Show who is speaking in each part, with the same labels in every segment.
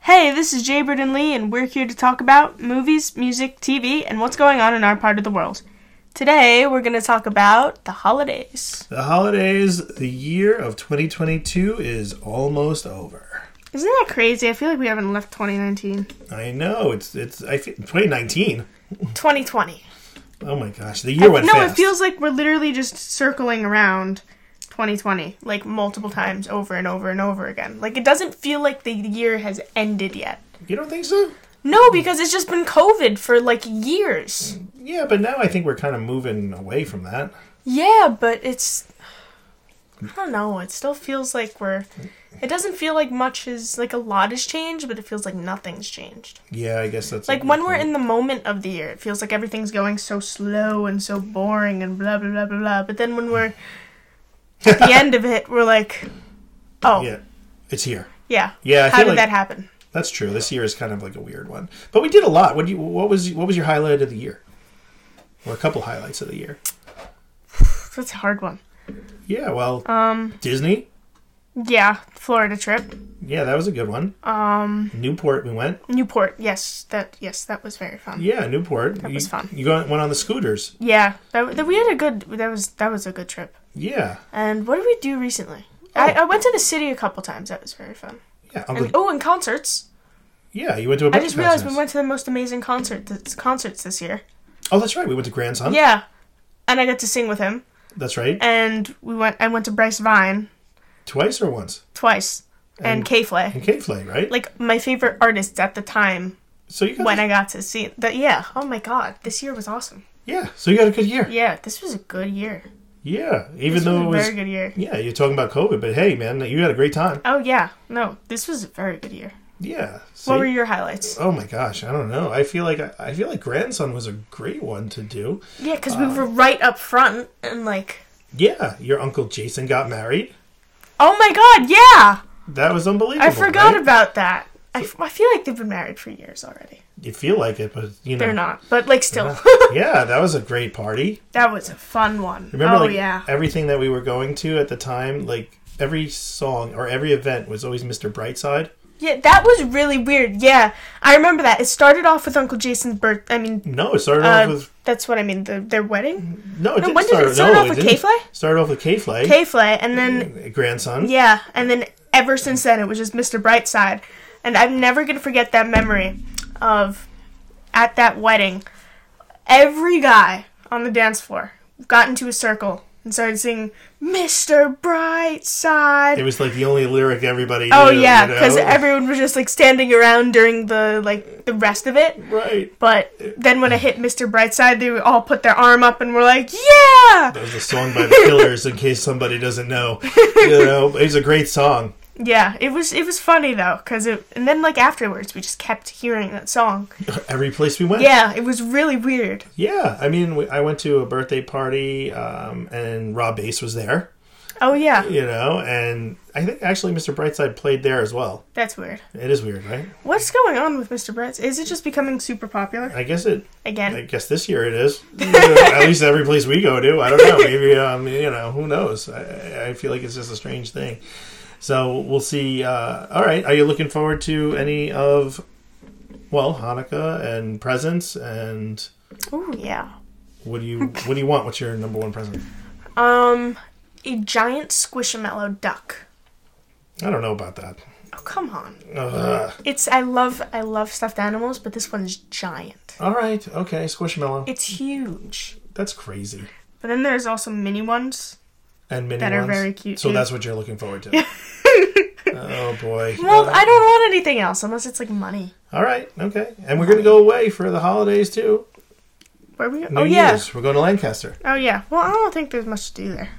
Speaker 1: Hey, this is Jay Burden Lee, and we're here to talk about movies, music, TV, and what's going on in our part of the world. Today, we're going to talk about the holidays.
Speaker 2: The holidays, the year of 2022 is almost over.
Speaker 1: Isn't that crazy? I feel like we haven't left 2019.
Speaker 2: I know it's it's I feel, 2019.
Speaker 1: 2020.
Speaker 2: Oh my gosh, the year went
Speaker 1: no,
Speaker 2: fast.
Speaker 1: it feels like we're literally just circling around 2020, like multiple times over and over and over again. Like, it doesn't feel like the year has ended yet.
Speaker 2: you don't think so?
Speaker 1: No, because it's just been COVID for like years.
Speaker 2: Yeah, but now I think we're kind of moving away from that.
Speaker 1: Yeah, but it's. I don't know. It still feels like we're. It doesn't feel like much is. Like a lot has changed, but it feels like nothing's changed.
Speaker 2: Yeah, I guess that's a
Speaker 1: Like
Speaker 2: good
Speaker 1: when we're
Speaker 2: point.
Speaker 1: in the moment of the year, it feels like everything's going so slow and so boring and blah, blah, blah, blah, blah. But then when we're at the end of it, we're like, oh, yeah.
Speaker 2: yeah, it's here. Yeah, I
Speaker 1: How
Speaker 2: feel
Speaker 1: did
Speaker 2: like-
Speaker 1: that happen?
Speaker 2: That's true. This year is kind of like a weird one, but we did a lot. What do you? What was what was your highlight of the year? Or a couple highlights of the year?
Speaker 1: That's a hard one.
Speaker 2: Yeah, well,
Speaker 1: Um,
Speaker 2: Disney.
Speaker 1: Yeah, Florida trip.
Speaker 2: Yeah, that was a good one. Um, Newport, we went.
Speaker 1: Newport. Yes, that yes, that was very fun.
Speaker 2: Yeah, Newport. That
Speaker 1: was fun.
Speaker 2: You went went on the scooters.
Speaker 1: Yeah, that, that we had a good. That was that was a good trip.
Speaker 2: Yeah,
Speaker 1: And what did we do recently? I, I went to the city a couple times. That was very fun.
Speaker 2: yeah. on
Speaker 1: Oh. And,
Speaker 2: the-
Speaker 1: oh, and concerts.
Speaker 2: yeah, you went to a.
Speaker 1: I
Speaker 2: bunch
Speaker 1: just
Speaker 2: of
Speaker 1: realized we
Speaker 2: concerts.
Speaker 1: went to the most amazing concert th- concerts this year.
Speaker 2: Oh, that's right. We went to Grandson.
Speaker 1: Yeah, and I got to sing with him.
Speaker 2: That's right.
Speaker 1: And we went. I went to Bryce Vine
Speaker 2: Twice or once?
Speaker 1: twice and,
Speaker 2: And-
Speaker 1: K Flay.
Speaker 2: And K Flay, right?
Speaker 1: Like my favorite artists at the time
Speaker 2: so you got
Speaker 1: when I got to see that. Yeah. Oh my God, this year was awesome.
Speaker 2: Yeah, so you got a good year.
Speaker 1: Yeah, this was a good year.
Speaker 2: Yeah. Even
Speaker 1: This was
Speaker 2: though
Speaker 1: a
Speaker 2: it was
Speaker 1: very good year.
Speaker 2: Yeah, you're talking about COVID, but hey man, you had a great time.
Speaker 1: Oh yeah, no, this was a very good year.
Speaker 2: Yeah. See?
Speaker 1: What were your highlights?
Speaker 2: Oh my gosh, I don't know. I feel like I feel like Grandson was a great one to do.
Speaker 1: Yeah, because
Speaker 2: Uh,
Speaker 1: we were right up front and like,
Speaker 2: Yeah, your uncle Jason got married.
Speaker 1: oh my god, yeah,
Speaker 2: That was unbelievable.
Speaker 1: I forgot
Speaker 2: right?
Speaker 1: about that. I, f- I feel like they've been married for years already.
Speaker 2: You feel like it, but you know
Speaker 1: They're not, but like still,
Speaker 2: Yeah, that was a great party.
Speaker 1: that was a fun one.
Speaker 2: Remember,
Speaker 1: oh
Speaker 2: like
Speaker 1: yeah,
Speaker 2: everything that we were going to at the time, like every song or every event was always Mr. Brightside.
Speaker 1: yeah, that was really weird. Yeah, I remember that. It started off with Uncle Jason's birth. I mean,
Speaker 2: No, it started
Speaker 1: uh,
Speaker 2: off with
Speaker 1: that's what I mean. The, their wedding.
Speaker 2: no. It
Speaker 1: No,
Speaker 2: didn't
Speaker 1: when did
Speaker 2: start,
Speaker 1: it start
Speaker 2: no,
Speaker 1: off
Speaker 2: it
Speaker 1: with
Speaker 2: didn't.
Speaker 1: K-Flay?
Speaker 2: Started off with K-Flay,
Speaker 1: K Flay, and then
Speaker 2: grandson.
Speaker 1: yeah, and then ever since then it was just Mr. Brightside, and I'm never gonna forget that memory of at that wedding, every guy on the dance floor got into a circle and started singing Mr. Brightside.
Speaker 2: It was like the only lyric everybody.
Speaker 1: oh
Speaker 2: knew,
Speaker 1: yeah,
Speaker 2: you
Speaker 1: because
Speaker 2: know?
Speaker 1: everyone was just like standing around during the like the rest of it.
Speaker 2: right.
Speaker 1: But then when I hit Mr. Brightside, they all put their arm up and were like, "Yeah,
Speaker 2: That was a song by the Killers, in case somebody doesn't know. You know, it was a great song.
Speaker 1: yeah." It was it was funny though, cause it and then like afterwards we just kept hearing that song.
Speaker 2: Every place we went.
Speaker 1: Yeah, it was really weird.
Speaker 2: Yeah, I mean, we, I went to a birthday party, um, and Rob Bass was there.
Speaker 1: Oh yeah,
Speaker 2: You know, and I think actually Mr. Brightside played there as well.
Speaker 1: that's weird.
Speaker 2: It is weird, right?
Speaker 1: What's going on with Mr. Brightside? Is it just becoming super popular
Speaker 2: I guess it. I
Speaker 1: again?
Speaker 2: guess this year it is. You know, at least every place we go to. I don't know. Maybe um, you know, who knows? I, I feel like it's just a strange thing. So we'll see. Uh, all right. Are you looking forward to any of, well, Hanukkah and presents and
Speaker 1: Oh yeah.
Speaker 2: what do you what do you want? What's your number one present?
Speaker 1: Um, a giant squishamallow duck.
Speaker 2: I don't know about that.
Speaker 1: Oh come on.
Speaker 2: Ugh.
Speaker 1: It's I love I love stuffed animals, but this one's giant.
Speaker 2: All right. Okay. Squishmallow.
Speaker 1: It's huge.
Speaker 2: That's crazy.
Speaker 1: But then there's also mini ones.
Speaker 2: And mini
Speaker 1: That are
Speaker 2: ones.
Speaker 1: very cute,
Speaker 2: So
Speaker 1: too.
Speaker 2: that's what you're looking forward to. oh boy.
Speaker 1: Well, I don't want anything else unless it's like money.
Speaker 2: All right, okay. And we're going to go away for the holidays too.
Speaker 1: Where we?
Speaker 2: New
Speaker 1: oh yeah.
Speaker 2: Year's. We're going to Lancaster.
Speaker 1: Oh yeah. Well, I don't think there's much to do there.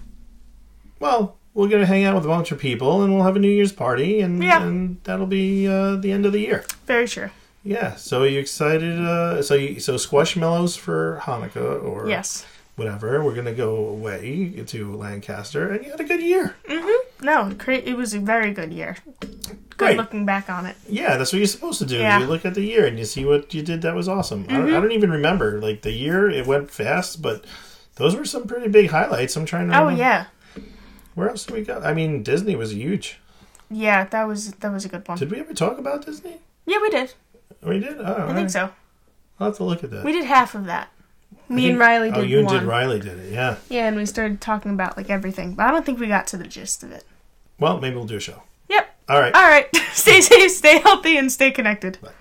Speaker 2: Well, we're going to hang out with a bunch of people and we'll have a New Year's party and,
Speaker 1: Yeah.
Speaker 2: and that'll be uh, the end of the year.
Speaker 1: Very true.
Speaker 2: Yeah. So are you excited? Uh, so you, so squashmallows for Hanukkah or
Speaker 1: Yes.
Speaker 2: whatever. We're going to go away to Lancaster and you had a good year.
Speaker 1: Mm-hmm. No. Cra- it was a very good year. Good
Speaker 2: Great.
Speaker 1: looking back on it.
Speaker 2: Yeah, that's what you're supposed to do.
Speaker 1: Yeah. Mm-hmm.
Speaker 2: You look at the year and you see what you did that was awesome. I, don't, I don't even remember. Like the year, it went fast, but those were some pretty big highlights. I'm trying to
Speaker 1: Oh
Speaker 2: remember-
Speaker 1: yeah.
Speaker 2: Where else did we go? I mean, Disney was huge.
Speaker 1: Yeah, that was that was a good one.
Speaker 2: Did we ever talk about Disney?
Speaker 1: Yeah, we did.
Speaker 2: We did. Oh,
Speaker 1: I think so.
Speaker 2: I'll have to look at that.
Speaker 1: We did half of that. Me
Speaker 2: I
Speaker 1: and
Speaker 2: think-
Speaker 1: Riley did
Speaker 2: Oh, you and
Speaker 1: one.
Speaker 2: did. Riley did it. Yeah.
Speaker 1: yeah, and we started talking about like everything, but I don't think we got to the gist of it.
Speaker 2: Well, maybe we'll do a show.
Speaker 1: Yep.
Speaker 2: All right.
Speaker 1: All right. stay safe, stay healthy, and stay connected.
Speaker 2: Bye.